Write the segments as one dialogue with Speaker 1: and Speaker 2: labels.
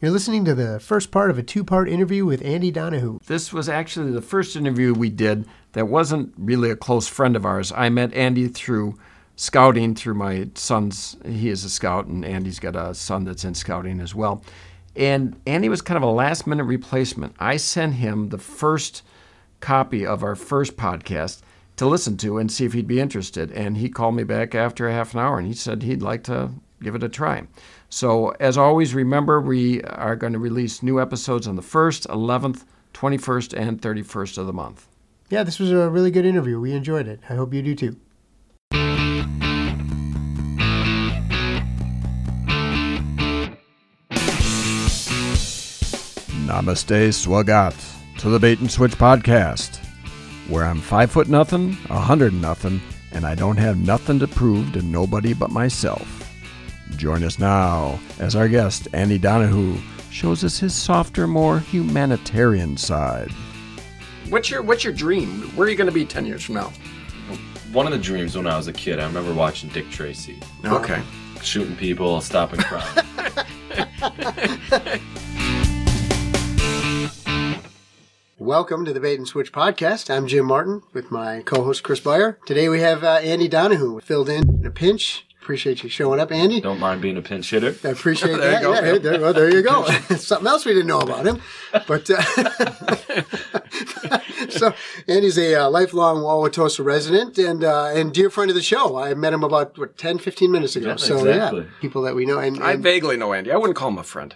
Speaker 1: You're listening to the first part of a two part interview with Andy Donahue.
Speaker 2: This was actually the first interview we did that wasn't really a close friend of ours. I met Andy through scouting through my son's he is a scout and Andy's got a son that's in scouting as well. And Andy was kind of a last minute replacement. I sent him the first copy of our first podcast to listen to and see if he'd be interested. And he called me back after a half an hour and he said he'd like to give it a try. So, as always, remember we are going to release new episodes on the 1st, 11th, 21st, and 31st of the month.
Speaker 1: Yeah, this was a really good interview. We enjoyed it. I hope you do too.
Speaker 2: Namaste Swagat to the Bait and Switch podcast, where I'm five foot nothing, a hundred nothing, and I don't have nothing to prove to nobody but myself. Join us now as our guest, Andy Donahue, shows us his softer, more humanitarian side. What's your What's your dream? Where are you going to be ten years from now?
Speaker 3: One of the dreams when I was a kid, I remember watching Dick Tracy
Speaker 2: Okay.
Speaker 3: shooting people, stopping crowds.
Speaker 1: Welcome to the Bait and Switch podcast. I'm Jim Martin with my co host Chris Beyer. Today we have uh, Andy Donahue filled in in a pinch. Appreciate you showing up, Andy.
Speaker 3: Don't mind being a pinch hitter.
Speaker 1: I appreciate
Speaker 2: There you
Speaker 1: that.
Speaker 2: go.
Speaker 1: Yeah, there, there- well, there you go. Something else we didn't know about him. But uh, so Andy's a uh, lifelong Wauwatosa resident and uh, and dear friend of the show. I met him about what, 10, 15 minutes ago.
Speaker 3: Yeah,
Speaker 1: so yeah,
Speaker 3: exactly.
Speaker 1: people that we know. And,
Speaker 2: I
Speaker 1: and
Speaker 2: vaguely know Andy. I wouldn't call him a friend.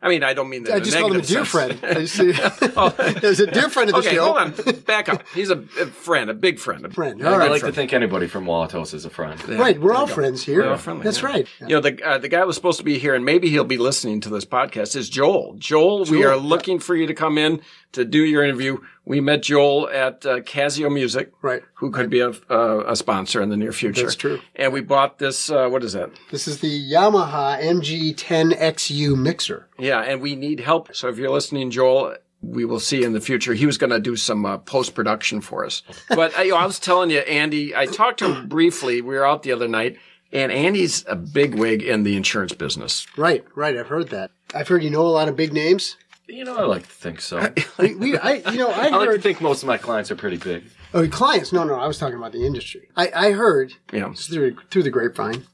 Speaker 2: I mean, I don't mean that.
Speaker 1: I
Speaker 2: in
Speaker 1: just
Speaker 2: a
Speaker 1: called him a
Speaker 2: negative
Speaker 1: dear
Speaker 2: sense. Oh.
Speaker 1: friend. I just, there's a dear friend of the
Speaker 2: okay,
Speaker 1: show.
Speaker 2: hold on. Back up. He's a, a friend, a big friend. A
Speaker 1: Friend.
Speaker 2: a
Speaker 1: All
Speaker 2: good
Speaker 3: I
Speaker 1: right.
Speaker 3: like to
Speaker 2: friend.
Speaker 3: think anybody from Wallatos is a friend.
Speaker 1: Right, we're all friends here.
Speaker 2: all friendly,
Speaker 1: That's
Speaker 2: yeah.
Speaker 1: right.
Speaker 2: You know, the, uh, the guy was supposed to be here, and maybe he'll be listening to this podcast, is Joel. Joel, we are looking for you to come in to do your interview. We met Joel at uh, Casio Music,
Speaker 1: Right.
Speaker 2: who could be a, uh, a sponsor in the near future.
Speaker 1: That's true.
Speaker 2: And we bought this, uh, what is that?
Speaker 1: This is the Yamaha MG10XU mixer.
Speaker 2: Yeah, and we need help. So if you're listening, Joel, we will see in the future. He was going to do some uh, post production for us. But I, I was telling you, Andy, I talked to him briefly. We were out the other night, and Andy's a bigwig in the insurance business.
Speaker 1: Right, right. I've heard that. I've heard you know a lot of big names.
Speaker 3: You know, I like to think so.
Speaker 1: We, we I, you know, I
Speaker 3: I like to
Speaker 1: heard.
Speaker 3: think most of my clients are pretty big.
Speaker 1: Oh, clients. No, no, I was talking about the industry. I, I heard
Speaker 2: Yeah.
Speaker 1: it's through through the grapevine,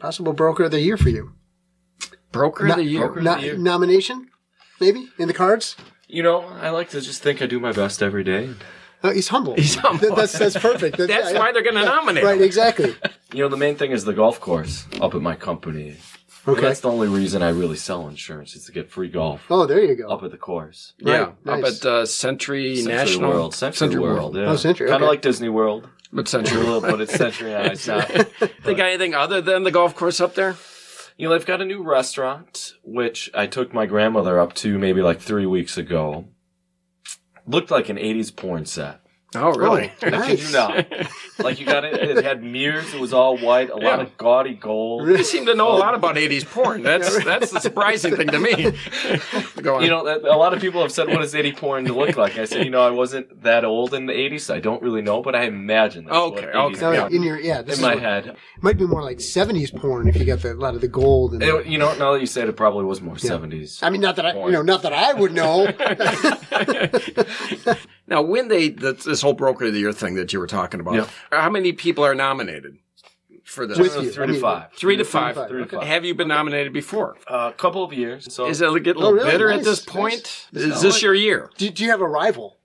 Speaker 1: possible broker of the year for you.
Speaker 2: Broker of
Speaker 1: No-
Speaker 2: the year.
Speaker 3: of
Speaker 1: No-
Speaker 3: the year.
Speaker 1: nomination, maybe in the cards.
Speaker 3: You know, I like to just think I do my best every day.
Speaker 1: Oh, he's humble.
Speaker 2: He's humble.
Speaker 1: That- that's that's perfect.
Speaker 2: That's
Speaker 1: yeah,
Speaker 2: why
Speaker 1: yeah.
Speaker 2: they're going to nominate
Speaker 1: Right,
Speaker 2: him.
Speaker 1: exactly.
Speaker 3: You know, the main thing is the golf course up at my company.
Speaker 1: Okay.
Speaker 3: That's the only reason I really sell insurance is to get free golf
Speaker 1: oh, there you go.
Speaker 3: up at the course.
Speaker 2: Yeah,
Speaker 1: Right, nice.
Speaker 2: up at uh, Century,
Speaker 3: Century
Speaker 2: National
Speaker 3: World, Century, World, yeah.
Speaker 1: Oh, Century,
Speaker 3: Kind
Speaker 1: okay.
Speaker 3: of like Disney World,
Speaker 2: but
Speaker 3: a
Speaker 2: Century.
Speaker 3: little, but it's Century on Ice now.
Speaker 2: they got anything other than the golf course up there?
Speaker 3: You know, they've got a new restaurant, which I took my grandmother up to maybe like three weeks ago. Looked like an 80s porn set.
Speaker 2: Oh, really?
Speaker 1: Oh,
Speaker 3: I kid you
Speaker 1: nice.
Speaker 3: not. Like you got it, it had mirrors, it was all white, a lot
Speaker 2: Yeah.
Speaker 3: of gaudy gold.
Speaker 2: You seem to
Speaker 1: Oh.
Speaker 2: know a lot about 80s porn. That's that's the surprising thing to me. Go on.
Speaker 3: You know, that- a lot of people have said, what does 80 porn look like? I said, you know, I wasn't that old in the 80s, so I don't really know, but I imagine that's
Speaker 2: Okay,
Speaker 3: what 80s
Speaker 2: okay.
Speaker 1: All right,
Speaker 3: porn-
Speaker 1: in your yeah, this
Speaker 3: In
Speaker 1: is
Speaker 3: my
Speaker 1: what-
Speaker 3: head,
Speaker 1: might be more like '70s porn if you got the, a lot of the gold and.
Speaker 3: It- you know, now that you say it, it probably was more seventies.
Speaker 1: I mean, not that I, you
Speaker 3: Porn.
Speaker 1: know, not that I would know.
Speaker 2: Now, when they th- this whole broker of the year thing that you were talking about,
Speaker 3: Yeah.
Speaker 2: how many people are nominated for this?
Speaker 1: With
Speaker 3: Three
Speaker 1: you,
Speaker 3: to
Speaker 1: I mean-
Speaker 3: five,
Speaker 2: Three to five.
Speaker 1: Three
Speaker 3: to five.
Speaker 2: Have you been nominated before?
Speaker 3: a couple of years. So
Speaker 2: Is it get a
Speaker 1: Oh,
Speaker 2: little
Speaker 1: really?
Speaker 2: bitter at
Speaker 1: Nice,
Speaker 2: this
Speaker 1: nice.
Speaker 2: point?
Speaker 1: This
Speaker 2: Is
Speaker 1: is
Speaker 2: this
Speaker 1: like-
Speaker 2: your year?
Speaker 1: Do, do you have a rival?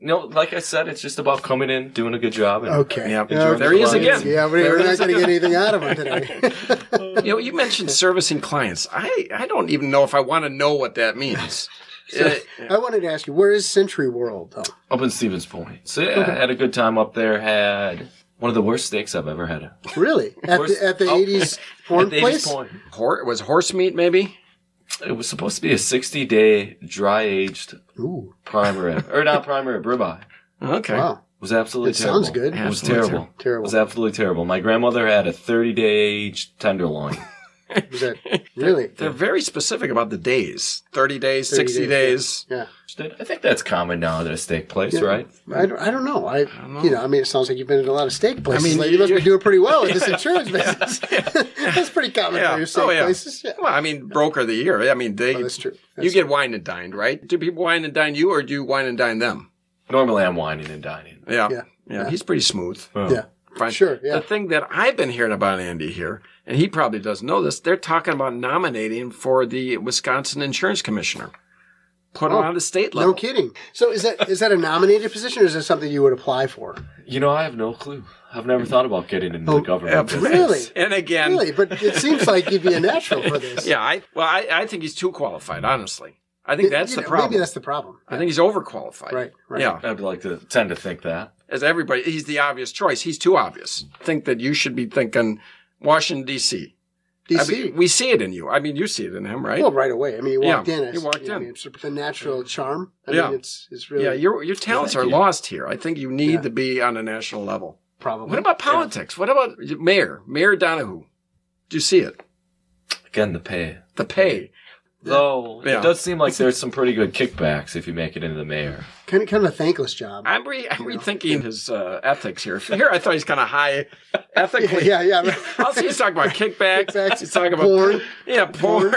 Speaker 3: No, like I said, it's just about coming in, doing a good job. And
Speaker 1: Okay.
Speaker 2: Yeah.
Speaker 1: Okay.
Speaker 2: There he is again.
Speaker 1: Yeah, we're,
Speaker 2: There
Speaker 1: we're
Speaker 2: it
Speaker 1: not
Speaker 2: is
Speaker 1: going to
Speaker 2: again.
Speaker 1: get anything out of him today.
Speaker 2: You know, you mentioned servicing clients. I, I don't even know if I want to know what that means. Uh,
Speaker 1: I wanted to ask you, where is Century World? Though?
Speaker 3: Up in Stevens Point. So yeah, I had a good time up there. Had one of the worst steaks I've ever had. At
Speaker 1: Really? At
Speaker 3: Where's-
Speaker 1: the, at the
Speaker 3: oh.
Speaker 1: 80s porn
Speaker 3: the 80s
Speaker 1: place?
Speaker 3: Point.
Speaker 2: hor- was horse meat maybe?
Speaker 3: It was supposed to be a 60 day dry aged
Speaker 1: Ooh,
Speaker 3: prime rib, or not prime rib, ribeye. It
Speaker 2: Okay.
Speaker 1: wow.
Speaker 3: was absolutely
Speaker 1: It
Speaker 3: terrible.
Speaker 1: sounds good.
Speaker 3: It was
Speaker 2: Absolutely
Speaker 3: terrible.
Speaker 1: terrible.
Speaker 3: It was absolutely terrible. My grandmother had a 30 day aged tenderloin.
Speaker 1: Was that really?
Speaker 2: They're very specific about the days 30 days,
Speaker 1: 30
Speaker 2: 60
Speaker 1: days,
Speaker 2: days.
Speaker 1: yeah.
Speaker 3: I think that's common now at a steak place,
Speaker 1: Yeah.
Speaker 3: right?
Speaker 1: I don't, I don't know. I, you know, I mean, it sounds like you've been at a lot of steak places. I
Speaker 2: mean,
Speaker 1: mean, you must be
Speaker 2: you're-
Speaker 1: doing pretty well at this insurance business. that's pretty common for your steak
Speaker 2: Oh, yeah.
Speaker 1: places. Yeah.
Speaker 2: Well, I mean, broker of the year. I mean, they.
Speaker 1: Oh, that's true.
Speaker 2: you
Speaker 1: That's-
Speaker 2: get wine and dined, right? Do people wine and dine you, or do you wine and dine them?
Speaker 3: Normally, I'm whining and dining.
Speaker 2: Yeah.
Speaker 1: Yeah.
Speaker 2: Yeah. He's pretty smooth.
Speaker 3: Oh.
Speaker 1: yeah,
Speaker 2: Fine.
Speaker 1: sure. Yeah,
Speaker 2: The thing that I've been hearing about Andy here, and he probably doesn't know this, they're talking about nominating for the Wisconsin Insurance Commissioner. Put
Speaker 1: Oh.
Speaker 2: him on the state level.
Speaker 1: no kidding. So is that is that a nominated position or is that something you would apply for?
Speaker 3: You know, I have no clue. I've never thought about getting into
Speaker 1: Oh,
Speaker 3: the government.
Speaker 2: Yeah,
Speaker 3: business.
Speaker 1: Really?
Speaker 2: And again,
Speaker 1: really, but it seems like you'd be a natural for this.
Speaker 2: yeah, I well, I, I think he's too qualified, honestly. I think
Speaker 1: It-
Speaker 2: that's
Speaker 1: you
Speaker 2: the
Speaker 1: know,
Speaker 2: problem.
Speaker 1: Maybe that's the problem.
Speaker 2: I think he's overqualified.
Speaker 1: Right, right.
Speaker 2: Yeah.
Speaker 3: I'd like to tend to think that.
Speaker 2: As everybody, he's the obvious choice. He's too obvious. Think that you should be thinking Washington, D.C. I
Speaker 1: DC.
Speaker 2: mean, we see it in you. I mean, you see it in him, right?
Speaker 1: well, right away. I mean, you
Speaker 2: Yeah,
Speaker 1: walked in. I
Speaker 2: you walked
Speaker 1: I
Speaker 2: in.
Speaker 1: mean, it's the natural charm. I
Speaker 2: Yeah.
Speaker 1: mean, it's it's really
Speaker 2: yeah, your your talents are
Speaker 3: Thank you.
Speaker 2: lost here. I think you need
Speaker 1: Yeah.
Speaker 2: to be on a national level.
Speaker 1: probably.
Speaker 2: What about politics? What about mayor? Mayor Donahue? Do you see it?
Speaker 3: Again, the pay.
Speaker 2: The pay.
Speaker 3: Though
Speaker 2: Yeah.
Speaker 3: it does seem like there's some pretty good kickbacks if you make it into the mayor.
Speaker 1: Kind of kind of a thankless job.
Speaker 2: I'm, re- I'm rethinking his uh, ethics here. Here, I thought he's kind of high ethically.
Speaker 1: yeah, yeah. right.
Speaker 2: Also, he's talking about kickbacks.
Speaker 1: Kickbacks,
Speaker 2: He's talking about
Speaker 1: porn.
Speaker 2: Yeah, porn.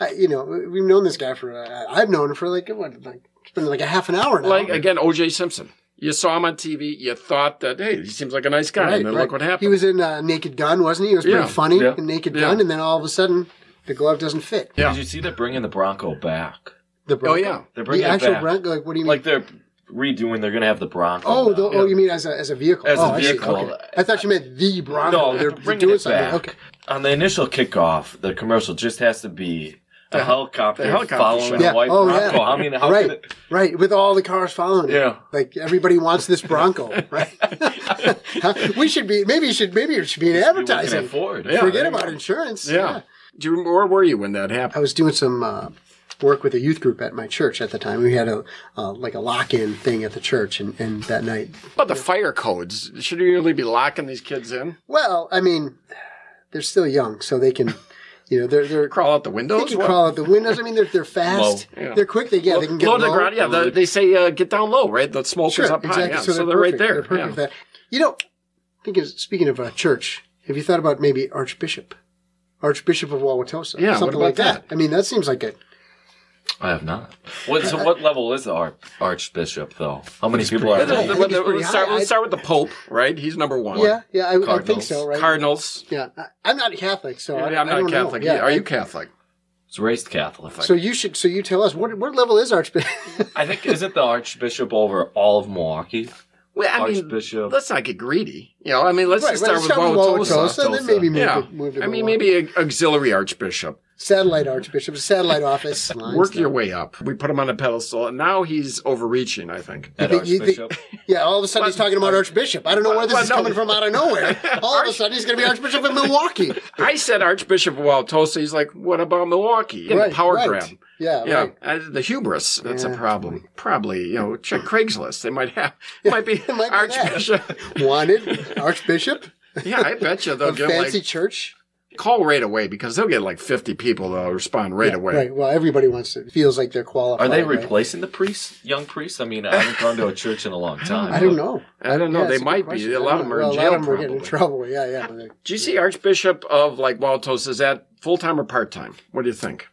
Speaker 1: I, you know, we- we've known this guy for. Uh, I've known him for like what, like it's been like a half an hour now.
Speaker 2: like again, O.J. Simpson. You saw him on TV. You thought that hey, he seems like a nice guy, and then look what
Speaker 1: He
Speaker 2: happened.
Speaker 1: was in uh, Naked Gun, wasn't he? It was
Speaker 2: Yeah,
Speaker 1: pretty funny
Speaker 3: yeah,
Speaker 1: in Naked
Speaker 2: yeah.
Speaker 1: Gun, and then all of a sudden the glove doesn't fit.
Speaker 2: Yeah.
Speaker 3: Did you see they're bringing the Bronco back?
Speaker 1: The
Speaker 2: oh
Speaker 1: Bronco.
Speaker 2: yeah,
Speaker 1: the
Speaker 3: They're bringing it
Speaker 1: actual
Speaker 3: back.
Speaker 1: Bronco. Like, what do you mean?
Speaker 3: Like they're redoing. They're going to have the Bronco.
Speaker 1: oh,
Speaker 3: now.
Speaker 1: the, oh, you mean as a as a vehicle?
Speaker 3: As a
Speaker 1: oh, I see.
Speaker 3: vehicle.
Speaker 1: Okay. I thought you meant the Bronco. they're,
Speaker 3: No, they're
Speaker 1: they're
Speaker 3: bringing
Speaker 1: doing
Speaker 3: it
Speaker 1: something.
Speaker 3: back.
Speaker 1: Okay.
Speaker 3: on the initial kickoff, the commercial just has to be a
Speaker 2: The-
Speaker 3: helicopter,
Speaker 2: the helicopter
Speaker 3: following
Speaker 2: shot.
Speaker 3: the
Speaker 1: Yeah.
Speaker 3: white
Speaker 1: Oh, yeah.
Speaker 3: Bronco. I mean, how
Speaker 1: right,
Speaker 3: could it,
Speaker 1: right. With all the cars following it.
Speaker 3: Yeah.
Speaker 1: Like everybody wants this Bronco, right? we should be maybe you should maybe it should be in advertising.
Speaker 3: afford?
Speaker 2: Yeah.
Speaker 1: Forget
Speaker 2: there
Speaker 1: about insurance.
Speaker 2: yeah. Do you remember, where were you when that
Speaker 1: I
Speaker 2: happened?
Speaker 1: was doing some uh, work with a youth group at my church at the time. We had a uh, like a lock-in thing at the church, and, and that night.
Speaker 2: About the fire codes. Should you really be locking these kids in?
Speaker 1: Well, I mean, they're still young, so they can, you know, they're they're
Speaker 2: Crawl out the
Speaker 1: they
Speaker 2: windows.
Speaker 1: can
Speaker 2: What?
Speaker 1: crawl out the windows. I mean, they're they're fast,
Speaker 2: Low. Yeah.
Speaker 1: they're quick. They yeah, they can get
Speaker 2: low to the ground. Yeah, the, they say uh, get down low, right? The smoke
Speaker 1: sure,
Speaker 2: is up
Speaker 1: exactly.
Speaker 2: high. Yeah,
Speaker 1: so, they're
Speaker 2: right
Speaker 1: perfect.
Speaker 2: there.
Speaker 1: They're perfect
Speaker 2: yeah.
Speaker 1: for that. You know, thinking speaking of uh, church, have you thought about maybe Archbishop, Archbishop of Wauwatosa?
Speaker 2: Yeah, what
Speaker 1: something
Speaker 2: about
Speaker 1: like that.
Speaker 2: that?
Speaker 1: I mean, that seems like a
Speaker 3: I have not. What, so, what level is the arch, archbishop, though? How many people are
Speaker 2: Let's-
Speaker 1: I
Speaker 3: there?
Speaker 1: think it's
Speaker 2: let's-
Speaker 1: pretty
Speaker 2: let's start-
Speaker 1: high.
Speaker 2: let's start with the Pope, right? He's number one.
Speaker 1: yeah, yeah. I, I think
Speaker 3: Cardinals.
Speaker 1: so, right?
Speaker 2: Cardinals.
Speaker 1: Yeah, I- I'm not Catholic, so I,
Speaker 2: Yeah, I'm
Speaker 1: I
Speaker 2: not
Speaker 1: don't know.
Speaker 2: Catholic.
Speaker 1: Yeah,
Speaker 2: Yeah, Are
Speaker 1: I-
Speaker 2: you Catholic?
Speaker 3: It's raised Catholic.
Speaker 1: So you should. So you tell us what what level is Archbishop?
Speaker 3: I think isn't the archbishop over all of Milwaukee?
Speaker 2: Well, I mean,
Speaker 3: Archbishop.
Speaker 2: let's not get greedy. You know, I mean, let's just start with
Speaker 1: Wauwatosa,
Speaker 2: Wauwatosa.
Speaker 1: then maybe move
Speaker 2: Yeah.
Speaker 1: to, move to
Speaker 2: I mean,
Speaker 1: Milwaukee.
Speaker 2: maybe an auxiliary archbishop.
Speaker 1: satellite Archbishop, satellite office.
Speaker 2: Work your way up. We put him on a pedestal, and now he's overreaching, I think.
Speaker 3: That
Speaker 1: think- you think-
Speaker 3: archbishop.
Speaker 1: Yeah, all of a sudden he's talking about Archbishop. I don't know where this
Speaker 2: well,
Speaker 1: is
Speaker 2: no.
Speaker 1: coming from out of nowhere. All of a sudden he's going to be Archbishop of Milwaukee.
Speaker 2: I said Archbishop of Wauwatosa. He's like, what about Milwaukee? And power grab.
Speaker 1: Yeah,
Speaker 2: Yeah,
Speaker 1: right.
Speaker 2: uh, the hubris. That's
Speaker 1: Yeah.
Speaker 2: a problem. Probably, you know, check Craigslist. They might have, might be
Speaker 1: might be
Speaker 2: Archbishop.
Speaker 1: Wanted Archbishop,
Speaker 2: yeah, I bet you they'll
Speaker 1: a
Speaker 2: get
Speaker 1: fancy
Speaker 2: like,
Speaker 1: church.
Speaker 2: call right away because they'll get like 50 people that'll respond right away.
Speaker 1: Right. Well, everybody wants to feels like they're qualified.
Speaker 3: Are they
Speaker 1: right?
Speaker 3: replacing the priests, young priests? I mean, I haven't gone to a church in a long time.
Speaker 1: I don't know.
Speaker 2: I don't know.
Speaker 1: Yeah,
Speaker 2: they
Speaker 1: it's a good
Speaker 2: might
Speaker 1: question.
Speaker 2: be. A lot of them are
Speaker 1: Well,
Speaker 2: in
Speaker 1: A
Speaker 2: jail
Speaker 1: lot of them are getting
Speaker 2: probably.
Speaker 1: in trouble. Yeah, yeah. but they-
Speaker 2: Do you see Archbishop of like Wauwatosa? Is that full time or part time? What do you think?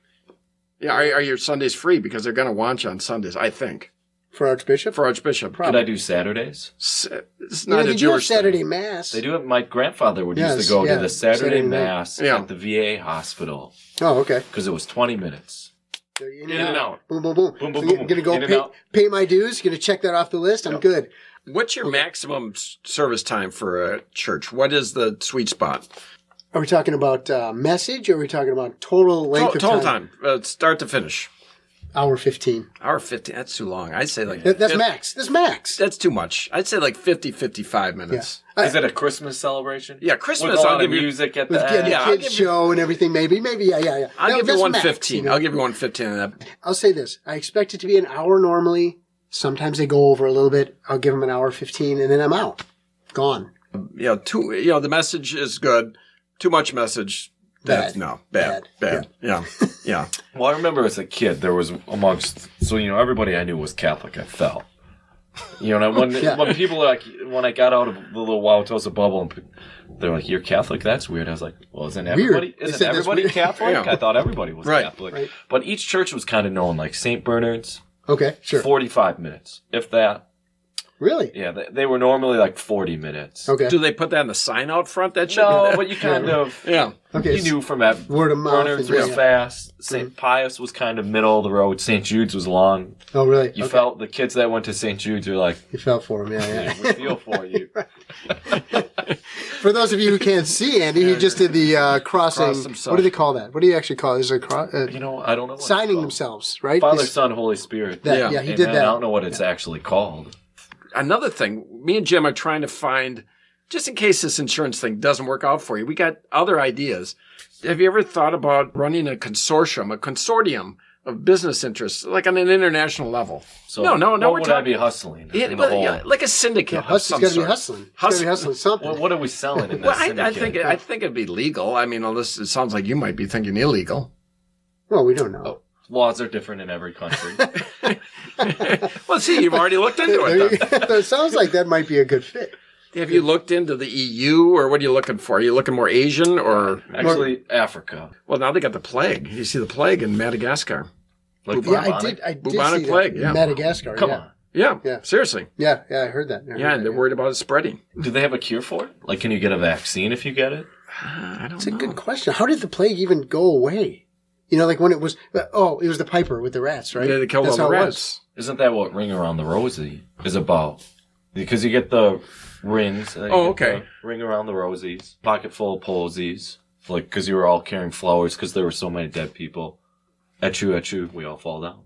Speaker 2: Yeah, are, are your Sundays free because they're going to want you on Sundays? I think
Speaker 1: For Archbishop,
Speaker 2: for Archbishop.
Speaker 3: Could I do Saturdays?
Speaker 2: S- It's
Speaker 1: You know,
Speaker 2: not
Speaker 1: they do
Speaker 2: a
Speaker 1: have
Speaker 2: Jewish thing.
Speaker 1: Saturday mass.
Speaker 3: They do it. My grandfather would
Speaker 1: Yes,
Speaker 3: used to go
Speaker 1: yeah,
Speaker 3: to the Saturday,
Speaker 1: Saturday night.
Speaker 3: mass
Speaker 2: Yeah.
Speaker 3: at the VA hospital
Speaker 1: Oh, okay.
Speaker 3: because it was 20 minutes.
Speaker 1: So you're
Speaker 2: In and out.
Speaker 1: Boom, boom, boom.
Speaker 3: Boom, boom,
Speaker 1: So you're
Speaker 3: boom,
Speaker 1: Gonna go
Speaker 3: in and
Speaker 1: pay,
Speaker 3: out.
Speaker 1: pay my dues. Gonna check that off the list. I'm good.
Speaker 2: What's your maximum s- service time for a church? What is the sweet spot?
Speaker 1: Are we talking about uh, message? Or are we talking about total length
Speaker 2: Total
Speaker 1: of time?
Speaker 2: time, Uh, start to finish.
Speaker 1: Hour fifteen.
Speaker 2: Hour 50. That's too long. I'd say like
Speaker 1: That, that's
Speaker 2: fif-
Speaker 1: max. That's max.
Speaker 2: That's too much. I'd say like 50, 55 minutes.
Speaker 1: I-
Speaker 3: Is it a Christmas celebration?
Speaker 2: Yeah, Christmas,
Speaker 3: With a
Speaker 2: I'll
Speaker 3: lot of
Speaker 2: give you-
Speaker 3: music at the
Speaker 1: With
Speaker 3: end.
Speaker 1: getting
Speaker 2: yeah,
Speaker 1: a
Speaker 2: I'll
Speaker 1: kids
Speaker 2: give you-
Speaker 1: show and everything, maybe, maybe, yeah, yeah, yeah.
Speaker 2: I'll
Speaker 1: No,
Speaker 2: give you
Speaker 1: that's
Speaker 2: one
Speaker 1: max,
Speaker 2: fifteen.
Speaker 1: you know.
Speaker 2: I'll give you one fifteen. and that-
Speaker 1: I'll say this: I expect it to be an hour normally. Sometimes they go over a little bit. I'll give them an hour fifteen, and then I'm out, gone.
Speaker 2: You know, two. You know, the message is good. Too much message. That's
Speaker 1: Bad.
Speaker 2: no bad,
Speaker 1: Bad.
Speaker 2: bad. Yeah, yeah.
Speaker 3: Well, I remember as a kid, there was amongst so you know everybody I knew was Catholic. I felt, you know, and I- when
Speaker 1: Yeah.
Speaker 3: when people like when I got out of the little Wauwatosa bubble, and pe- they're like, "You're Catholic? That's weird." I was like, "Well, isn't everybody
Speaker 1: They
Speaker 3: isn't
Speaker 1: said that's
Speaker 3: everybody
Speaker 1: weird.
Speaker 3: Catholic?"
Speaker 2: Yeah.
Speaker 3: I thought everybody was
Speaker 2: Right.
Speaker 3: Catholic,
Speaker 1: Right.
Speaker 3: but each church was kind of known, like Saint Bernard's,
Speaker 1: Okay, sure.
Speaker 3: forty-five minutes, if that.
Speaker 1: Really?
Speaker 3: Yeah, they, they were normally like forty minutes.
Speaker 1: Okay.
Speaker 2: Do they put that in the sign out front? That should
Speaker 3: No,
Speaker 2: be
Speaker 3: but you kind of
Speaker 2: yeah.
Speaker 1: Okay.
Speaker 3: you knew from that
Speaker 1: Word of mouth.
Speaker 3: Bernard's
Speaker 1: and-
Speaker 3: was
Speaker 1: yeah.
Speaker 3: fast.
Speaker 1: Mm-hmm.
Speaker 3: St. Pius was kind of middle of the road. St. Jude's was long.
Speaker 1: Oh, really?
Speaker 3: You
Speaker 1: okay.
Speaker 3: felt the kids that went to St. Jude's were like,
Speaker 1: You fell for him, yeah,
Speaker 3: we
Speaker 1: yeah.
Speaker 3: feel for you.
Speaker 1: for those of you who can't see Andy, he just did the uh, crossing.
Speaker 2: Cross himself.
Speaker 1: what do they call that? What do you actually call it? Is it a cross? Uh,
Speaker 3: You know, I don't know. What it's
Speaker 1: signing
Speaker 3: called.
Speaker 1: themselves, right?
Speaker 3: Father,
Speaker 1: Is-
Speaker 3: Son, Holy Spirit.
Speaker 1: that- yeah.
Speaker 2: Yeah.
Speaker 1: he
Speaker 3: Amen.
Speaker 1: did
Speaker 3: I
Speaker 1: that.
Speaker 3: don't know what it's actually called.
Speaker 2: Another thing, me and Jim are trying to find, just in case this insurance thing doesn't work out for you, we got other ideas. Have you ever thought about running a consortium, a consortium of business interests, like on an international level?
Speaker 3: So
Speaker 2: No, no, no,
Speaker 3: What
Speaker 2: we're
Speaker 3: would I
Speaker 2: talking-
Speaker 3: be hustling?
Speaker 2: Yeah,
Speaker 3: in the
Speaker 2: but,
Speaker 3: whole-
Speaker 2: yeah, like a syndicate. of
Speaker 1: Hus- he's
Speaker 2: some
Speaker 1: got to be
Speaker 2: sort.
Speaker 1: hustling. He's got to be
Speaker 2: Hustling.
Speaker 1: hustling something.
Speaker 3: What, what are we selling in this
Speaker 2: Well, I, I
Speaker 3: syndicate?
Speaker 2: think I think it'd be legal. I mean, unless it sounds like you might be thinking illegal.
Speaker 1: well, we don't know.
Speaker 3: Oh, laws are different in every country.
Speaker 2: Well, see, you've already looked into
Speaker 1: There
Speaker 2: it.
Speaker 1: you- that sounds like that might be a good fit.
Speaker 2: Then. Have you looked into the EU, or what are you looking for? Are you looking more Asian, or
Speaker 3: Actually, Africa.
Speaker 2: well, now they got the plague. You see the plague in Madagascar.
Speaker 3: Like
Speaker 1: Yeah, I
Speaker 3: Bubonic.
Speaker 1: did. I did
Speaker 2: Bubonic
Speaker 1: see
Speaker 2: plague,
Speaker 1: that.
Speaker 2: yeah.
Speaker 1: Madagascar.
Speaker 3: Come
Speaker 1: yeah.
Speaker 3: on.
Speaker 2: Yeah,
Speaker 1: Yeah.
Speaker 2: seriously.
Speaker 1: Yeah, yeah, I heard that. I heard
Speaker 2: Yeah,
Speaker 1: that,
Speaker 2: and they're worried about it spreading.
Speaker 3: Do they have a cure for it? Like, can you get a vaccine if you get it?
Speaker 2: Uh, I don't
Speaker 1: That's a
Speaker 2: know.
Speaker 1: good question. How did the plague even go away? You know, like when it was. Oh, it was the piper with the rats, right?
Speaker 2: Yeah, they killed
Speaker 1: That's
Speaker 2: all the
Speaker 1: how it
Speaker 2: rats.
Speaker 3: Isn't that what Ring Around the Rosie is about? Because you get the rings. and then you
Speaker 2: Oh,
Speaker 3: get
Speaker 2: okay.
Speaker 3: the Ring Around the Rosies, pocket full of posies, like because you were all carrying flowers because there were so many dead people. At you, at you, we all fall down.
Speaker 1: was.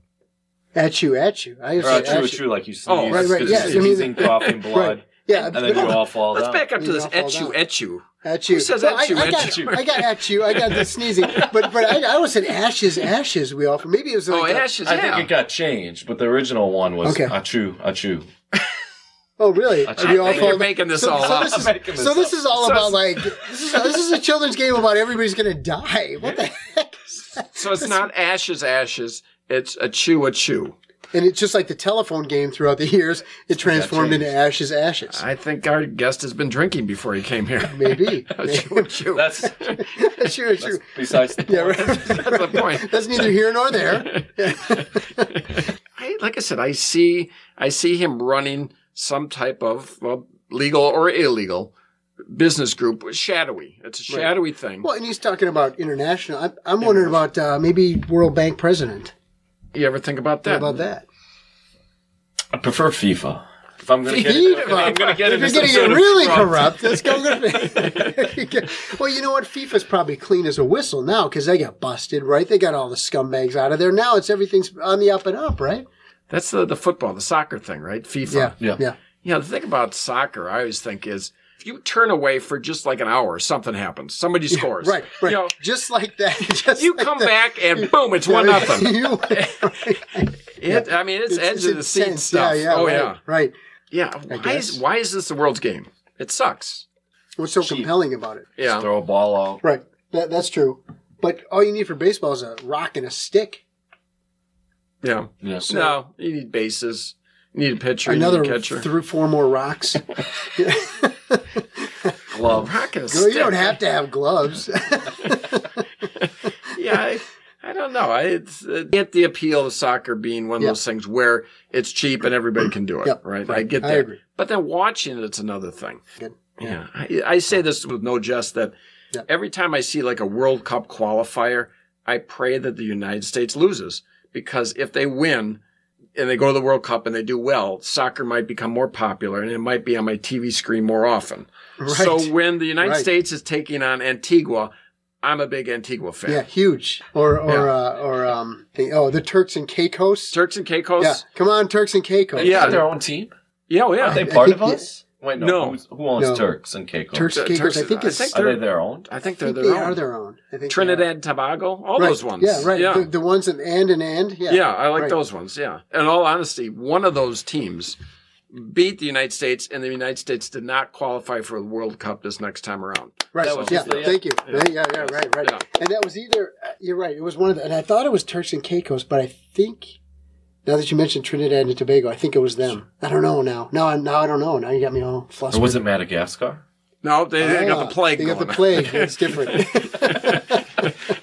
Speaker 1: At you, at you. I used
Speaker 3: Or
Speaker 1: to
Speaker 3: at
Speaker 1: say
Speaker 3: you,
Speaker 1: at
Speaker 3: at
Speaker 1: you.
Speaker 3: you, like you sneeze,
Speaker 2: Oh, right,
Speaker 1: right,
Speaker 3: because
Speaker 1: yes, I
Speaker 3: you're
Speaker 1: mean-
Speaker 3: sneezing, coughing blood,
Speaker 1: Yeah,
Speaker 3: and then you all fall
Speaker 2: Let's
Speaker 3: down.
Speaker 2: back up to this
Speaker 1: They all
Speaker 2: etchu
Speaker 1: fall
Speaker 2: etchu.
Speaker 1: At you.
Speaker 2: Who says
Speaker 1: Well,
Speaker 2: at you,
Speaker 1: I, I
Speaker 2: at
Speaker 1: got,
Speaker 2: you?
Speaker 1: I got at you. I got the sneezing. But but I, I always said ashes, ashes. We all maybe it was
Speaker 2: Oh,
Speaker 1: like a-
Speaker 2: ashes.
Speaker 3: I
Speaker 2: yeah.
Speaker 3: think it got changed, but the original one was
Speaker 1: Okay.
Speaker 3: achu, achu.
Speaker 1: Oh, really?
Speaker 3: I
Speaker 1: We all
Speaker 2: think you're
Speaker 1: fall-
Speaker 2: making this
Speaker 1: so,
Speaker 2: all
Speaker 1: so
Speaker 2: up.
Speaker 1: This is,
Speaker 3: I'm making this
Speaker 1: so this
Speaker 3: up.
Speaker 1: is all
Speaker 2: So
Speaker 1: about
Speaker 2: it's-
Speaker 1: like this is this is a children's game about everybody's gonna die. What the heck? is that?
Speaker 2: so it's not ashes ashes. It's etchu etchu.
Speaker 1: And it's just like the telephone game throughout the years. It transformed into ashes, ashes.
Speaker 2: I think our guest has been drinking before he came here.
Speaker 1: Maybe.
Speaker 2: Etchu, etchu.
Speaker 3: That's
Speaker 1: sure, sure.
Speaker 3: besides the
Speaker 1: Yeah,
Speaker 3: point.
Speaker 1: right.
Speaker 2: That's the point.
Speaker 1: That's neither here nor there.
Speaker 2: I, like I said, I see I see him running some type of well, legal or illegal business group. Shadowy. It's a shadowy thing.
Speaker 1: Well, and he's talking about international. I'm, I'm wondering about uh, maybe World Bank president.
Speaker 2: you ever think about that?
Speaker 1: How about that?
Speaker 3: I prefer FIFA. If I'm gonna get,
Speaker 1: FIFA.
Speaker 3: if I'm gonna get
Speaker 1: if you're
Speaker 3: into some
Speaker 1: getting
Speaker 3: sort of
Speaker 1: really
Speaker 3: corrupt-
Speaker 1: corrupt, let's go. with- well, you know what? FIFA's probably clean as a whistle now because they got busted, right? They got all the scumbags out of there. Now it's everything's on the up and up, right?
Speaker 2: That's the, the football, the soccer thing, right? FIFA.
Speaker 1: Yeah, yeah,
Speaker 3: Yeah.
Speaker 2: You know, the thing about soccer, I always think is if you turn away for just like an hour, something happens. Somebody scores.
Speaker 1: right, right.
Speaker 2: You, know,
Speaker 1: just like that. Just
Speaker 2: you
Speaker 1: like
Speaker 2: come
Speaker 1: that.
Speaker 2: back and boom, it's one nothing.
Speaker 1: You-
Speaker 2: It, I mean, it's, edge of the seat
Speaker 1: intense.
Speaker 2: stuff.
Speaker 1: Yeah, yeah,
Speaker 2: oh
Speaker 1: right,
Speaker 2: yeah,
Speaker 1: right.
Speaker 2: yeah. Why
Speaker 1: guess.
Speaker 2: is why is this the world's game? It sucks.
Speaker 1: What's so compelling about it?
Speaker 2: Yeah.
Speaker 3: throw a ball out.
Speaker 1: Right, that, that's true. But all you need for baseball is a rock and a stick.
Speaker 2: Yeah.
Speaker 3: Yeah.
Speaker 2: no, you need bases. You need a pitcher.
Speaker 1: Another
Speaker 2: you need a catcher.
Speaker 1: three, four more rocks.
Speaker 3: Glove.
Speaker 2: Rock and a
Speaker 1: No, you
Speaker 2: stick.
Speaker 1: don't have to have gloves.
Speaker 2: yeah, I, I don't know. I it's, uh, get the appeal of soccer being one of
Speaker 1: Yeah.
Speaker 2: those things where it's cheap and everybody can do it,
Speaker 1: Yep,
Speaker 2: right? I get
Speaker 1: I
Speaker 2: that.
Speaker 1: agree.
Speaker 2: But then watching it, it's another thing.
Speaker 1: Good.
Speaker 2: Yeah, I, I say this with no jest that
Speaker 1: Yeah.
Speaker 2: every time I see like a World Cup qualifier, I pray that the United States loses because if they win and they go to the World Cup and they do well, soccer might become more popular and it might be on my TV screen more often.
Speaker 1: Right.
Speaker 2: So when the United
Speaker 1: Right.
Speaker 2: States is taking on Antigua, I'm a big Antigua fan.
Speaker 1: Yeah, huge. Or or
Speaker 2: Yeah.
Speaker 1: uh, or um, the, oh, the Turks and Caicos.
Speaker 2: Turks and Caicos.
Speaker 1: Yeah, come on, Turks and Caicos.
Speaker 2: Yeah.
Speaker 3: Got their own team.
Speaker 2: Yeah, oh, yeah.
Speaker 3: Are they
Speaker 1: I
Speaker 3: part
Speaker 1: think
Speaker 3: of
Speaker 1: it-
Speaker 3: us? Wait, no.
Speaker 2: No.
Speaker 3: Who's, who owns
Speaker 1: No.
Speaker 3: Turks and Caicos?
Speaker 1: Turks and
Speaker 2: Tur-
Speaker 1: Caicos. I
Speaker 2: Turks-
Speaker 1: think
Speaker 2: I
Speaker 1: it's.
Speaker 2: think
Speaker 1: I
Speaker 3: Are they their own?
Speaker 2: I think they're
Speaker 1: think
Speaker 2: their
Speaker 1: they
Speaker 2: own.
Speaker 1: are their own. I think they are.
Speaker 2: Trinidad and Tobago, all
Speaker 1: Right.
Speaker 2: those ones.
Speaker 1: Yeah, right.
Speaker 2: Yeah,
Speaker 1: The, the ones that and and and. Yeah,
Speaker 2: yeah I like
Speaker 1: right.
Speaker 2: those ones. Yeah. In all honesty, one of those teams beat the United States, and the United States did not qualify for the World Cup this next time around.
Speaker 1: Right.
Speaker 3: That was
Speaker 1: yeah.
Speaker 3: just the-
Speaker 1: Thank you. Yeah.
Speaker 3: yeah.
Speaker 1: Yeah. yeah, Right. Right.
Speaker 2: Yeah.
Speaker 1: And that was either uh, you're right. It was one of the, and I thought it was Turks and Caicos, but I think now that you mentioned Trinidad and Tobago, I think it was them. I don't know now. Now, I- now I don't know. Now you got me all flustered.
Speaker 3: Or was it Madagascar?
Speaker 2: No, they, they got
Speaker 1: Ah,
Speaker 2: the plague.
Speaker 1: They got the
Speaker 2: going on.
Speaker 1: plague. It's different.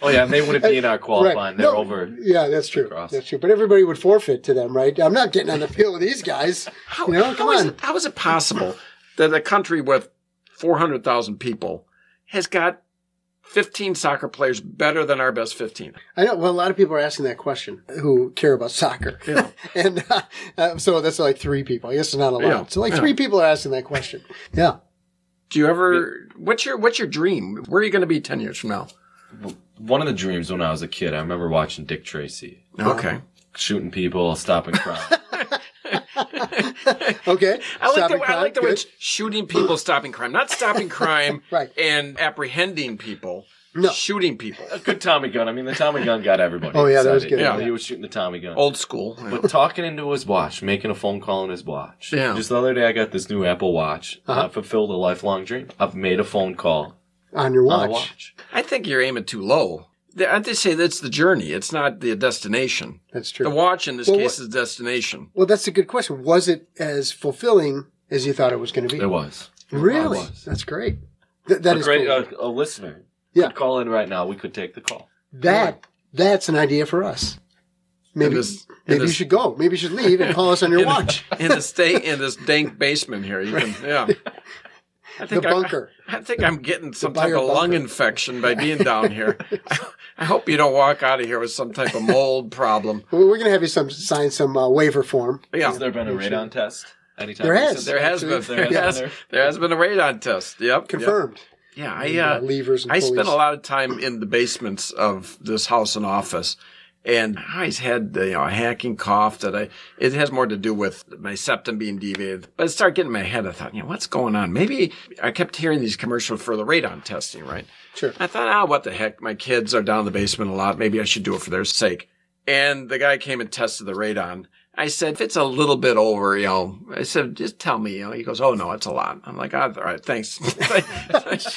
Speaker 3: Oh yeah, and they wouldn't be in our qualifying. They're
Speaker 1: No,
Speaker 3: over.
Speaker 1: Yeah, that's true.
Speaker 3: across.
Speaker 1: That's true. But everybody would forfeit to them, right? I'm not getting on the field with these guys.
Speaker 2: How,
Speaker 1: you know,
Speaker 2: how
Speaker 1: come
Speaker 2: is
Speaker 1: on.
Speaker 2: it- how is it possible that a country with 400,000 people has got 15 soccer players better than our best 15?
Speaker 1: I know. Well, a lot of people are asking that question who care about soccer, and uh, uh, so that's like three people. I guess it's not a lot.
Speaker 2: Yeah,
Speaker 1: So like
Speaker 2: yeah.
Speaker 1: three people are asking that question. Yeah.
Speaker 2: Do you ever what's your what's your dream? Where are you going to be 10 years from now?
Speaker 3: One of the dreams when I was a kid, I remember watching Dick Tracy
Speaker 2: Okay.
Speaker 3: shooting people, stopping crime.
Speaker 1: Okay.
Speaker 2: I like,
Speaker 1: Stopping
Speaker 2: the, I
Speaker 1: crime,
Speaker 2: like the way
Speaker 1: good.
Speaker 2: it's shooting people, stopping crime. Not stopping crime
Speaker 1: Right.
Speaker 2: and apprehending people,
Speaker 1: No.
Speaker 2: shooting people.
Speaker 3: good Tommy gun. I mean, the Tommy gun got everybody.
Speaker 1: Oh, yeah, that was
Speaker 3: excited.
Speaker 1: good.
Speaker 3: You know,
Speaker 2: Yeah.
Speaker 3: he was shooting the Tommy gun.
Speaker 2: Old school.
Speaker 3: But talking into his watch, making a phone call on his watch.
Speaker 2: Yeah.
Speaker 3: Just the other day, I got this new Apple Watch. and
Speaker 1: Uh-huh.
Speaker 3: I fulfilled a lifelong dream. I've made a phone call
Speaker 1: on your watch.
Speaker 3: on a watch.
Speaker 2: I think you're aiming too low. They- I just say that's the journey. It's not the destination.
Speaker 1: That's true.
Speaker 2: The watch in this
Speaker 1: Well,
Speaker 2: case is the destination.
Speaker 1: well, that's a good question. Was it as fulfilling as you thought it was going to be?
Speaker 3: It was.
Speaker 1: Really?
Speaker 3: It was.
Speaker 1: That's great. Th- that
Speaker 3: A
Speaker 1: is
Speaker 3: great
Speaker 1: cool.
Speaker 3: uh, a listener.
Speaker 1: Yeah.
Speaker 3: Could call in right now. We could take the call.
Speaker 1: That that's an idea for us. Maybe
Speaker 2: It is- it
Speaker 1: maybe you
Speaker 2: is-
Speaker 1: should go. Maybe you should leave and call us on your watch.
Speaker 2: in the state in this dank basement here. You can, yeah. I
Speaker 1: The
Speaker 2: I-
Speaker 1: bunker.
Speaker 2: I, think I'm getting some
Speaker 1: buyer
Speaker 2: type of lung
Speaker 1: bunker.
Speaker 2: infection by being down here. I, I hope you don't walk out of here with some type of mold problem.
Speaker 1: Well, We're going to have you some sign some uh, waiver form.
Speaker 2: Yeah,
Speaker 3: Has there been a radon test? Anytime
Speaker 1: There has.
Speaker 3: recently?
Speaker 2: there has been
Speaker 3: There
Speaker 2: there
Speaker 3: has
Speaker 2: has,
Speaker 3: been there.
Speaker 2: there has been a radon test. Yep,
Speaker 1: Confirmed.
Speaker 2: Yep. Yeah, I uh,
Speaker 1: levers and
Speaker 2: I
Speaker 1: pulleys.
Speaker 2: spent a lot of time in the basements of this house and office. And I always had you know, a hacking cough that I, it has more to do with my septum being deviated. But it started getting in my head. I thought, you know, what's going on? Maybe I kept hearing these commercials for the radon testing, right?
Speaker 1: Sure.
Speaker 2: I thought, ah, what the heck? My kids are down in the basement a lot. Maybe I should do it for their sake. And the guy came and tested the radon. I said, if it's a little bit over, you know, I said, just tell me, you know, he goes, oh no, it's a lot. I'm like, ah, all right, thanks. thanks,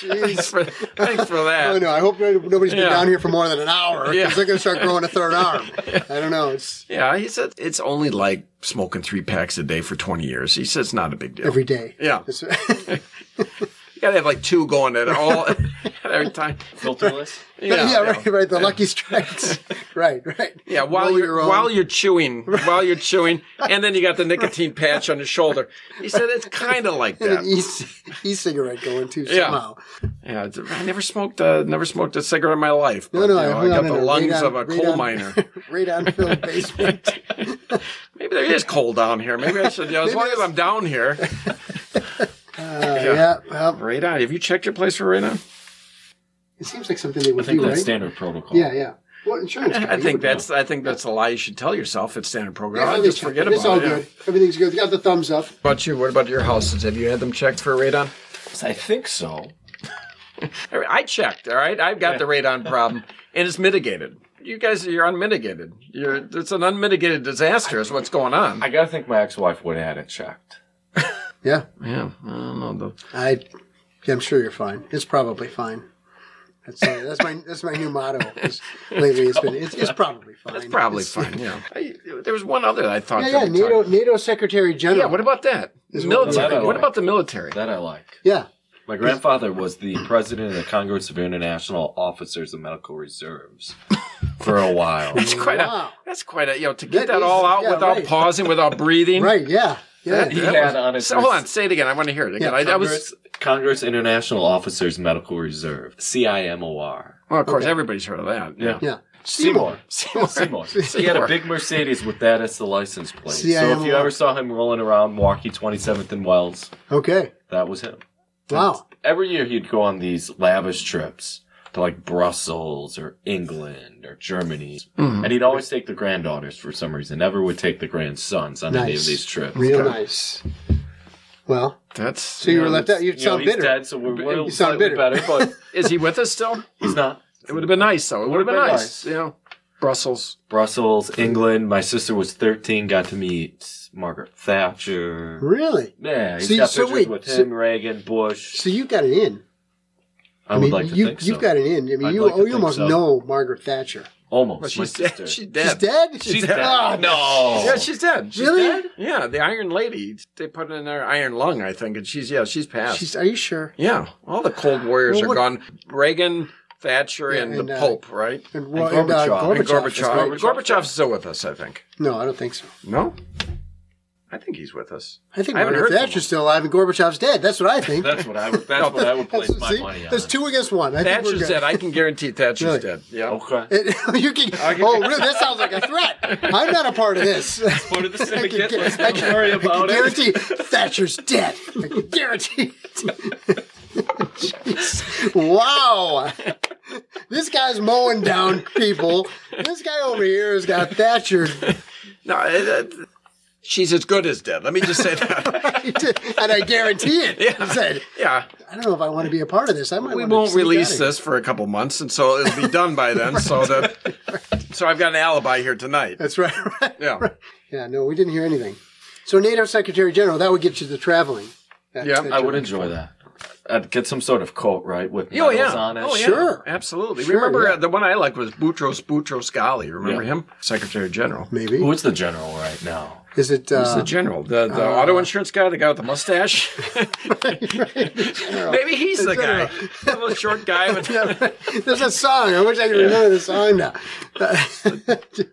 Speaker 2: for, thanks for that.
Speaker 1: Oh no! I hope nobody's been
Speaker 2: Yeah.
Speaker 1: down here for more than an hour because
Speaker 2: Yeah.
Speaker 1: they're going to start growing a third arm. I don't know. It's
Speaker 2: Yeah, he said it's only like smoking three packs a day for 20 years. He says it's not a big deal.
Speaker 1: every day.
Speaker 2: yeah,
Speaker 1: It's-
Speaker 2: you gotta have like two going at all at every time.
Speaker 3: Filterless.
Speaker 1: yeah,
Speaker 2: Yeah, yeah.
Speaker 1: right, right. The lucky strikes. right, right.
Speaker 2: Yeah, while
Speaker 1: Roll
Speaker 2: you're,
Speaker 1: your own.
Speaker 2: while you're chewing, while you're chewing, and then you got the nicotine patch on your shoulder. He said it's kind of like
Speaker 1: And an
Speaker 2: that.
Speaker 1: e- e-cigarette going too
Speaker 2: Yeah.
Speaker 1: somehow.
Speaker 2: Yeah, it's- I never smoked a never smoked a cigarette in my life. But,
Speaker 1: No, no,
Speaker 2: you know, I
Speaker 1: hung on
Speaker 2: got
Speaker 1: in
Speaker 2: the
Speaker 1: a
Speaker 2: lungs
Speaker 1: radon-
Speaker 2: of a coal
Speaker 1: radon-
Speaker 2: miner.
Speaker 1: radon-filled basement.
Speaker 2: Maybe there is coal down here. Maybe I should. You know, as long as I'm down here,
Speaker 1: Uh, yeah. Well,
Speaker 2: radon. Have you checked your place for radon?
Speaker 1: it seems like something they
Speaker 3: I
Speaker 1: would
Speaker 3: think
Speaker 1: do,
Speaker 3: that's
Speaker 1: right?
Speaker 3: standard protocol.
Speaker 1: yeah, yeah. What insurance? Company
Speaker 2: I think
Speaker 1: would know.
Speaker 2: that's I think that's a lie you should tell yourself. It's standard program.
Speaker 1: Yeah,
Speaker 2: I
Speaker 1: they
Speaker 2: just
Speaker 1: check
Speaker 2: forget
Speaker 1: it. It's all
Speaker 2: about it. yeah.
Speaker 1: good. Everything's good. They got the thumbs up.
Speaker 2: What about you? What about your houses? Have you had them checked for radon?
Speaker 3: I think so.
Speaker 2: I checked. All right, I've got the radon problem, and it's mitigated. You guys, you're unmitigated. You're it's an unmitigated disaster. Is what's going on?
Speaker 3: I gotta think my ex-wife would have had it checked.
Speaker 1: Yeah,
Speaker 2: yeah, I don't know. The,
Speaker 1: I, yeah, I'm sure you're fine. It's probably fine. That's uh, that's my that's my new motto. is Lately, it's been it's, it's probably fine.
Speaker 2: it's probably
Speaker 1: It's-
Speaker 2: fine. Yeah. I, there was one other I thought.
Speaker 1: Yeah, yeah.
Speaker 2: that we
Speaker 1: NATO
Speaker 2: talked-
Speaker 1: NATO Secretary General.
Speaker 2: Yeah. What about that?
Speaker 1: Is one of the
Speaker 2: military.
Speaker 3: other
Speaker 2: What
Speaker 3: one.
Speaker 2: about the military?
Speaker 3: That I like.
Speaker 1: yeah,
Speaker 3: My grandfather was the president of the Congress of International Officers of Medical Reserves for a while.
Speaker 2: That's quite
Speaker 1: Wow.
Speaker 2: a. That's quite a. You know, to get
Speaker 1: That
Speaker 2: that,
Speaker 1: is-
Speaker 2: all out
Speaker 1: yeah,
Speaker 2: without
Speaker 1: right.
Speaker 2: pausing, without breathing.
Speaker 1: right. Yeah, yeah.
Speaker 3: He
Speaker 2: That
Speaker 3: had
Speaker 2: was-
Speaker 3: on his
Speaker 2: so, hold
Speaker 3: wrist-
Speaker 2: on, say it again. I want to hear it again.
Speaker 1: Yeah,
Speaker 2: I, I was
Speaker 3: Congress, Congress International Officers Medical Reserve, CIMOR.
Speaker 2: Well, of course, everybody's heard of that. Yeah.
Speaker 1: Yeah.
Speaker 3: Seymour.
Speaker 2: Seymour.
Speaker 3: Seymour. So he had a big Mercedes with that as the license plate. So if you
Speaker 1: CIMOR.
Speaker 3: ever saw him rolling around Milwaukee 27th and Wells,
Speaker 1: Okay.
Speaker 3: that was him.
Speaker 1: Wow.
Speaker 3: Every year he'd go on these lavish trips to like Brussels or England or Germany.
Speaker 2: Mm-hmm.
Speaker 3: And he'd always take the granddaughters for some reason. Never would take the grandsons on any of
Speaker 1: Nice.
Speaker 3: these trips.
Speaker 1: Real nice. Well,
Speaker 2: That's.
Speaker 1: so you were left out. You
Speaker 3: You know,
Speaker 1: sound
Speaker 3: he's
Speaker 1: bitter.
Speaker 3: dead, so we're, we're
Speaker 1: You sound
Speaker 3: slightly
Speaker 1: bitter.
Speaker 3: better, but
Speaker 2: is he with us still?
Speaker 3: he's not.
Speaker 2: It would have been nice, though. It would have been, nice. You know, Brussels.
Speaker 3: Brussels, England. My sister was 13, got to meet Margaret Thatcher.
Speaker 1: Really?
Speaker 3: Yeah, he's
Speaker 1: So you-
Speaker 3: got
Speaker 1: so
Speaker 3: pictures
Speaker 1: wait,
Speaker 3: with
Speaker 1: so-
Speaker 3: him, Reagan, Bush.
Speaker 1: So you got it in.
Speaker 3: I would
Speaker 1: mean,
Speaker 3: like to
Speaker 1: you,
Speaker 3: think so.
Speaker 1: You've got it in. I mean,
Speaker 3: I'd
Speaker 1: you,
Speaker 3: like to
Speaker 1: oh, you
Speaker 3: think
Speaker 1: almost
Speaker 3: so.
Speaker 1: know Margaret Thatcher.
Speaker 2: Well,
Speaker 3: almost. my
Speaker 2: she's
Speaker 3: sister.
Speaker 2: dead. She's dead.
Speaker 1: She's dead.
Speaker 3: She's dead. Ah,
Speaker 1: Oh,
Speaker 3: no.
Speaker 2: Yeah, she's dead. She's
Speaker 1: Really?
Speaker 2: dead. Yeah, the Iron Lady. They put in her iron lung, I think, and she's yeah, she's passed.
Speaker 1: She's, are you sure?
Speaker 2: yeah, all the Cold Warriors
Speaker 1: Well,
Speaker 2: are
Speaker 1: what-
Speaker 2: gone. Reagan, Thatcher,
Speaker 1: Yeah,
Speaker 2: and,
Speaker 1: and,
Speaker 2: the
Speaker 1: uh,
Speaker 2: Pope, right?
Speaker 1: And,
Speaker 3: And
Speaker 1: and, uh,
Speaker 3: Gorbachev.
Speaker 1: Gorbachev.
Speaker 3: And
Speaker 2: And
Speaker 1: that's right.
Speaker 2: Gorbachev. Gorbachev's still with us, I think.
Speaker 1: No, I don't think so.
Speaker 2: No, I think he's with us.
Speaker 1: I think
Speaker 2: I haven't
Speaker 1: Margaret
Speaker 2: heard from
Speaker 1: Thatcher's still alive and Gorbachev's dead. That's what I think.
Speaker 3: That's what I would. That's what I would place
Speaker 1: That's-
Speaker 3: my
Speaker 1: see,
Speaker 3: money on.
Speaker 1: There's two against one. I think
Speaker 2: Thatcher's
Speaker 1: we're
Speaker 2: dead. I can guarantee Thatcher's
Speaker 1: Really?
Speaker 2: dead. Yeah.
Speaker 3: Okay.
Speaker 1: It, you can, oh, really? That sounds like a threat. I'm not a part of this.
Speaker 3: Go to the
Speaker 1: I
Speaker 3: syndicate.
Speaker 1: can-
Speaker 3: Let's
Speaker 1: I
Speaker 3: not
Speaker 1: can-
Speaker 3: worry
Speaker 1: I can
Speaker 3: about it.
Speaker 1: guarantee Thatcher's dead. I can guarantee it. Jeez. Wow. This guy's mowing down people. This guy over here has got Thatcher.
Speaker 2: No, it, it, she's as good as dead. Let me just say that.
Speaker 1: And I guarantee it. He said,
Speaker 2: yeah,
Speaker 1: I don't know if I want to be a part of this. I might
Speaker 2: we
Speaker 1: wanna
Speaker 2: won't
Speaker 1: sneak
Speaker 2: release
Speaker 1: out
Speaker 2: this for a couple months, and so it'll be done by then. So that, so I've got an alibi here
Speaker 1: of here.
Speaker 2: tonight.
Speaker 1: That's right.
Speaker 2: Yeah,
Speaker 1: Yeah, no, we didn't hear anything. So NATO Secretary General, that would get you the traveling. That-
Speaker 2: Yeah,
Speaker 1: that
Speaker 3: I
Speaker 1: you're
Speaker 3: would enjoy that. I'd get some sort of coat, right, with
Speaker 2: oh
Speaker 3: medals
Speaker 2: yeah,
Speaker 3: on it.
Speaker 2: oh yeah,
Speaker 1: Sure.
Speaker 2: absolutely.
Speaker 1: Sure,
Speaker 2: remember
Speaker 1: yeah.
Speaker 2: uh, the one I liked was Boutros Boutros Ghali. Remember
Speaker 3: Yeah.
Speaker 2: him, Secretary General.
Speaker 1: Maybe.
Speaker 3: Who is the general right now?
Speaker 1: Is it?
Speaker 2: He's the
Speaker 1: Uh,
Speaker 2: general, the, the auto insurance guy, the guy with the mustache. Maybe he's the guy, the little short guy. With,
Speaker 1: there's a song. I wish I could remember the song now.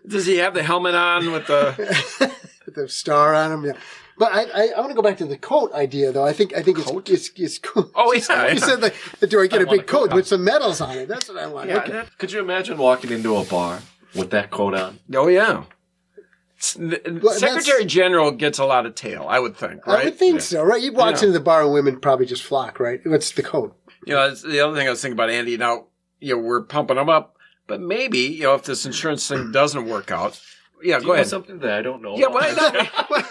Speaker 2: does he have the helmet on with the?
Speaker 1: With the star on him. Yeah. But I, I, I want to go back to the coat idea, though. I think I think it's it's, it's cool.
Speaker 2: Oh yeah,
Speaker 1: you
Speaker 2: yeah.
Speaker 1: said like, do I get a
Speaker 3: want
Speaker 1: big
Speaker 3: a coat
Speaker 1: coat with some medals on it? That's what I want.
Speaker 2: Yeah,
Speaker 1: Okay.
Speaker 2: that-
Speaker 3: Could you imagine walking into a bar with that coat on?
Speaker 2: oh yeah. S-
Speaker 1: that's-
Speaker 2: Secretary General gets a lot of tail, I would think, right?
Speaker 1: I would think so, right? You walk
Speaker 2: Yeah.
Speaker 1: into the bar and women probably just flock, right? What's the coat?
Speaker 2: You know, that's the other thing I was thinking about, Andy. Now, you know, we're pumping them up, but maybe you know if this insurance thing doesn't work out, yeah,
Speaker 3: Do
Speaker 2: go
Speaker 3: you know
Speaker 2: ahead.
Speaker 3: Something that I don't know.
Speaker 2: Yeah,
Speaker 3: about?
Speaker 2: well,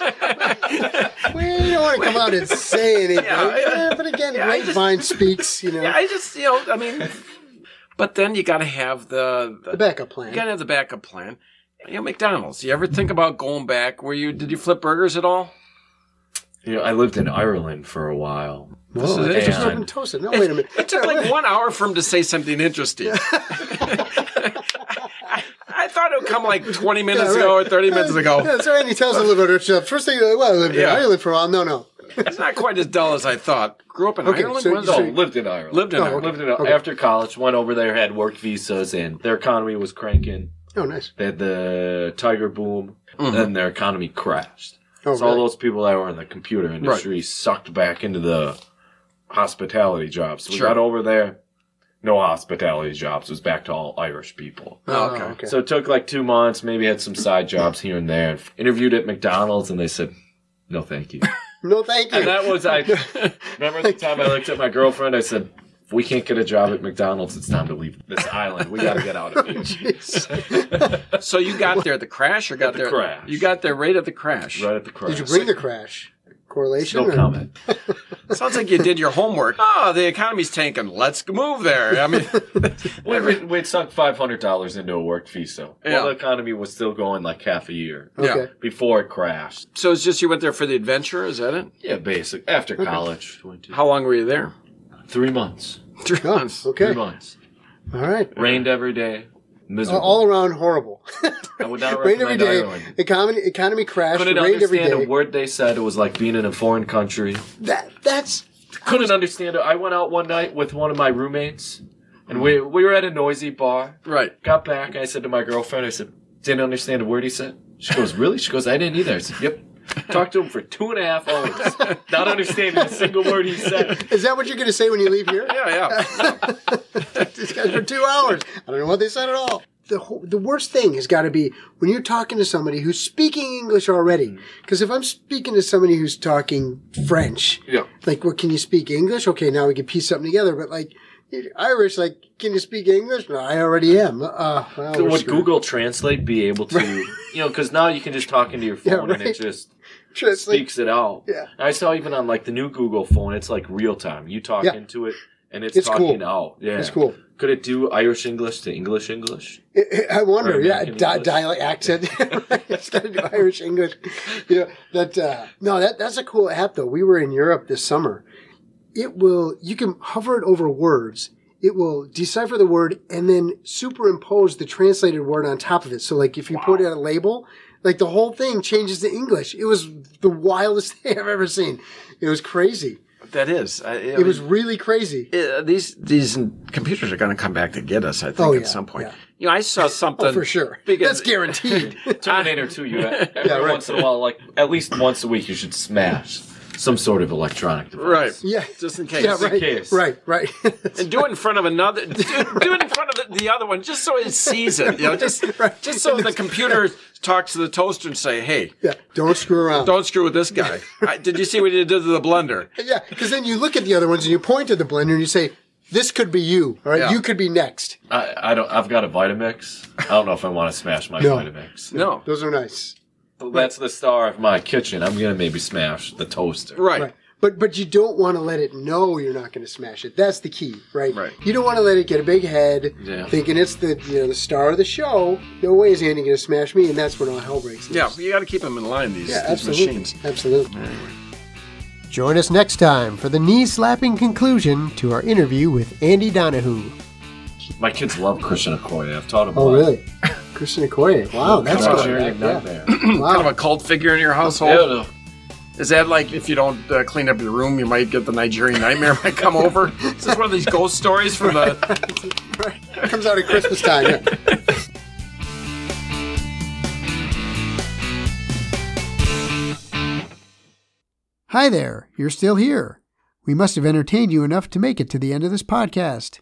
Speaker 2: I
Speaker 1: We don't want to come out and say anything.
Speaker 2: Yeah, yeah.
Speaker 1: Eh, but again,
Speaker 2: Yeah, I just-
Speaker 1: grapevine speaks. You know,
Speaker 2: I just you know, I mean, but then you got to have the, the,
Speaker 1: the backup plan.
Speaker 2: you got to have the backup plan. You know, McDonald's. You ever think about going back? Where you did you flip burgers at all?
Speaker 3: You know, I lived in Ireland for a while.
Speaker 1: Whoa,
Speaker 2: is
Speaker 1: that's just
Speaker 3: interesting.
Speaker 1: open toasted. No, wait a minute.
Speaker 2: It took like one hour for him to say something interesting. I, I thought it would come like 20 minutes
Speaker 1: Yeah,
Speaker 2: ago
Speaker 1: right.
Speaker 2: or 30 minutes
Speaker 1: Yeah,
Speaker 2: ago.
Speaker 1: so Andy tells a little bit of rich stuff. First thing, uh, well, I lived
Speaker 2: Yeah.
Speaker 1: in Ireland for a while. No, no.
Speaker 2: It's not quite as dull as I thought. Grew up in
Speaker 1: Okay,
Speaker 2: Ireland?
Speaker 1: so-
Speaker 2: When was
Speaker 3: No,
Speaker 1: so-
Speaker 2: that?
Speaker 3: lived in Ireland.
Speaker 2: lived in
Speaker 1: Oh,
Speaker 2: Ireland.
Speaker 3: lived in after college. Went over there, had work visas, and their economy was cranking.
Speaker 1: Oh, nice.
Speaker 3: They had the tiger boom,
Speaker 2: Mm-hmm.
Speaker 3: and then their economy crashed.
Speaker 1: Oh,
Speaker 3: so all
Speaker 1: really?
Speaker 3: those people that were in the computer industry sucked back into the hospitality jobs. We
Speaker 2: Sure.
Speaker 3: got over there, no hospitality jobs. It was back to all Irish people.
Speaker 2: Oh, okay.
Speaker 1: okay.
Speaker 3: So it took like two months. Maybe had some side jobs here and there. Interviewed at McDonald's, and they said, "No, thank you."
Speaker 1: no, thank
Speaker 3: And
Speaker 1: you.
Speaker 3: that was I remember the time I looked at my girlfriend. I said, "If we can't get a job at McDonald's, it's time to leave this island. We got to get out of here."
Speaker 2: Uh, So you got there at the crash or got
Speaker 3: the
Speaker 2: there?
Speaker 3: crash.
Speaker 2: You got there right at the crash.
Speaker 3: right at the crash.
Speaker 1: Did you bring the crash? Correlation?
Speaker 3: no
Speaker 1: or-
Speaker 3: comment.
Speaker 2: Sounds like you did your homework. Oh, the economy's tanking. Let's move there. I mean,
Speaker 3: We we we'd sunk five hundred dollars into a work visa
Speaker 2: Yeah.
Speaker 3: while the economy was still going like half a year
Speaker 2: yeah.
Speaker 1: Okay.
Speaker 3: before it crashed.
Speaker 2: So it's just you went there for the adventure. Is that it?
Speaker 3: Yeah, basic. After college, went to
Speaker 2: How long were you there?
Speaker 3: three months.
Speaker 2: Three
Speaker 1: Oh,
Speaker 2: months.
Speaker 1: okay.
Speaker 3: Three months.
Speaker 1: All right.
Speaker 3: Rained every day.
Speaker 1: Uh,
Speaker 3: Miserable.
Speaker 1: all around horrible.
Speaker 3: I would not
Speaker 1: Rain every
Speaker 3: recommend
Speaker 1: day.
Speaker 3: Ireland.
Speaker 1: Economy economy crashed.
Speaker 3: Couldn't
Speaker 1: Rain every
Speaker 3: understand a
Speaker 1: day.
Speaker 3: word they said. It was like being in a foreign country.
Speaker 1: That that's
Speaker 3: couldn't understand it. I went out one night with one of my roommates, and we we were at a noisy bar.
Speaker 2: Right.
Speaker 3: Got back, and I said to my girlfriend, I said, didn't understand a word he said. She goes, really? She goes, I didn't either. I said, yep. Talked to him for two and a half hours, not understanding a single word he said.
Speaker 1: is that what you're going to say when you leave here?
Speaker 2: Yeah, yeah.
Speaker 1: These guys for two hours. I don't know what they said at all. The, whole, the worst thing has got to be when you're talking to somebody who's speaking English already.
Speaker 3: Mm-hmm.
Speaker 1: Because if I'm speaking to somebody who's talking French,
Speaker 2: Yeah.
Speaker 1: like, well, can you speak English? Okay, now we can piece something together. But like Irish, like, can you speak English? No, I already am. Uh, well, we're
Speaker 3: Would
Speaker 1: screwed.
Speaker 3: Google Translate be able to, you know, because now you can just talk into your phone
Speaker 1: Yeah,
Speaker 3: and it
Speaker 1: right.
Speaker 3: just
Speaker 1: Just like-
Speaker 3: speaks it out.
Speaker 1: Yeah.
Speaker 3: I saw even on like the new Google phone, it's like real time. You talk
Speaker 1: Yeah.
Speaker 3: into it and it's,
Speaker 1: It's
Speaker 3: talking
Speaker 1: cool.
Speaker 3: out. Yeah.
Speaker 1: It's cool.
Speaker 3: Could it do Irish English to English English?
Speaker 1: I wonder,
Speaker 3: Or
Speaker 1: yeah,
Speaker 3: American
Speaker 1: di-
Speaker 3: English.
Speaker 1: dialect accent. it's got to do Irish English. You know that. Uh, no, that that's a cool app though. We were in Europe this summer. It will. You can hover it over words. It will decipher the word and then superimpose the translated word on top of it. So, like if you put in a label, like the whole thing changes to English. It was the wildest thing I've ever seen. It was crazy.
Speaker 2: That is. I, it
Speaker 1: It was really crazy.
Speaker 2: uh, these these computers are going to come back to get us. I think
Speaker 1: Oh,
Speaker 2: at
Speaker 1: yeah,
Speaker 2: some point.
Speaker 1: yeah. Oh,
Speaker 2: You know, I saw something
Speaker 1: for sure.
Speaker 2: because-
Speaker 1: That's guaranteed.
Speaker 3: Terminator 2, you every
Speaker 1: Ah. right.
Speaker 3: once in a while, like at least once a week, you should smash some sort of electronic device.
Speaker 2: Right.
Speaker 1: yeah.
Speaker 2: Just in case.
Speaker 1: Yeah,
Speaker 3: in
Speaker 1: right,
Speaker 3: case.
Speaker 1: right, right,
Speaker 2: And do it in front of another. Do, do it in front of the, the other one, just so it sees it. You know, just just so the computer talks to the toaster and say, "Hey,
Speaker 1: Yeah, don't screw around.
Speaker 2: don't screw with this guy." I, did you see what he did to the blender?
Speaker 1: Yeah, because then you look at the other ones and you point at the blender and you say, "This could be you. All right,
Speaker 2: Yeah.
Speaker 1: you could be next."
Speaker 3: I, I don't. I've got a Vitamix. I don't know if I want to smash my
Speaker 1: No.
Speaker 3: Vitamix.
Speaker 2: No.
Speaker 1: Those are nice,
Speaker 3: But That's the star of my kitchen. I'm gonna maybe smash the toaster.
Speaker 2: Right.
Speaker 1: right? But but you don't want to let it know you're not going to smash it. That's the key, right?
Speaker 2: Right.
Speaker 1: You don't want to let it get a big head,
Speaker 3: Yeah.
Speaker 1: thinking it's the you know the star of the show. No way is Andy going to smash me, and that's when all hell breaks loose.
Speaker 2: Yeah, you got to keep them in line. These,
Speaker 1: Yeah,
Speaker 2: these
Speaker 1: absolutely.
Speaker 2: machines.
Speaker 1: Absolutely. Join us next time for the knee slapping conclusion to our interview with Andy Donahue.
Speaker 3: My kids love Christian Okoye. I've taught them.
Speaker 1: Oh, really? Christian Okoye. Wow, that's
Speaker 3: That's
Speaker 1: going
Speaker 3: a
Speaker 1: back, yeah.
Speaker 3: nightmare.
Speaker 1: Wow.
Speaker 2: Kind of a cult figure in your household.
Speaker 3: Yeah,
Speaker 2: Is that like if you don't uh, clean up your room, you might get the Nigerian nightmare might come over? Is this one of these ghost stories from the?
Speaker 1: comes out at Christmas time. yeah. Hi there, you're still here. We must have entertained you enough to make it to the end of this podcast.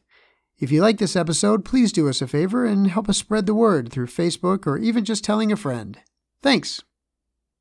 Speaker 1: If you like this episode, please do us a favor and help us spread the word through Facebook or even just telling a friend. Thanks.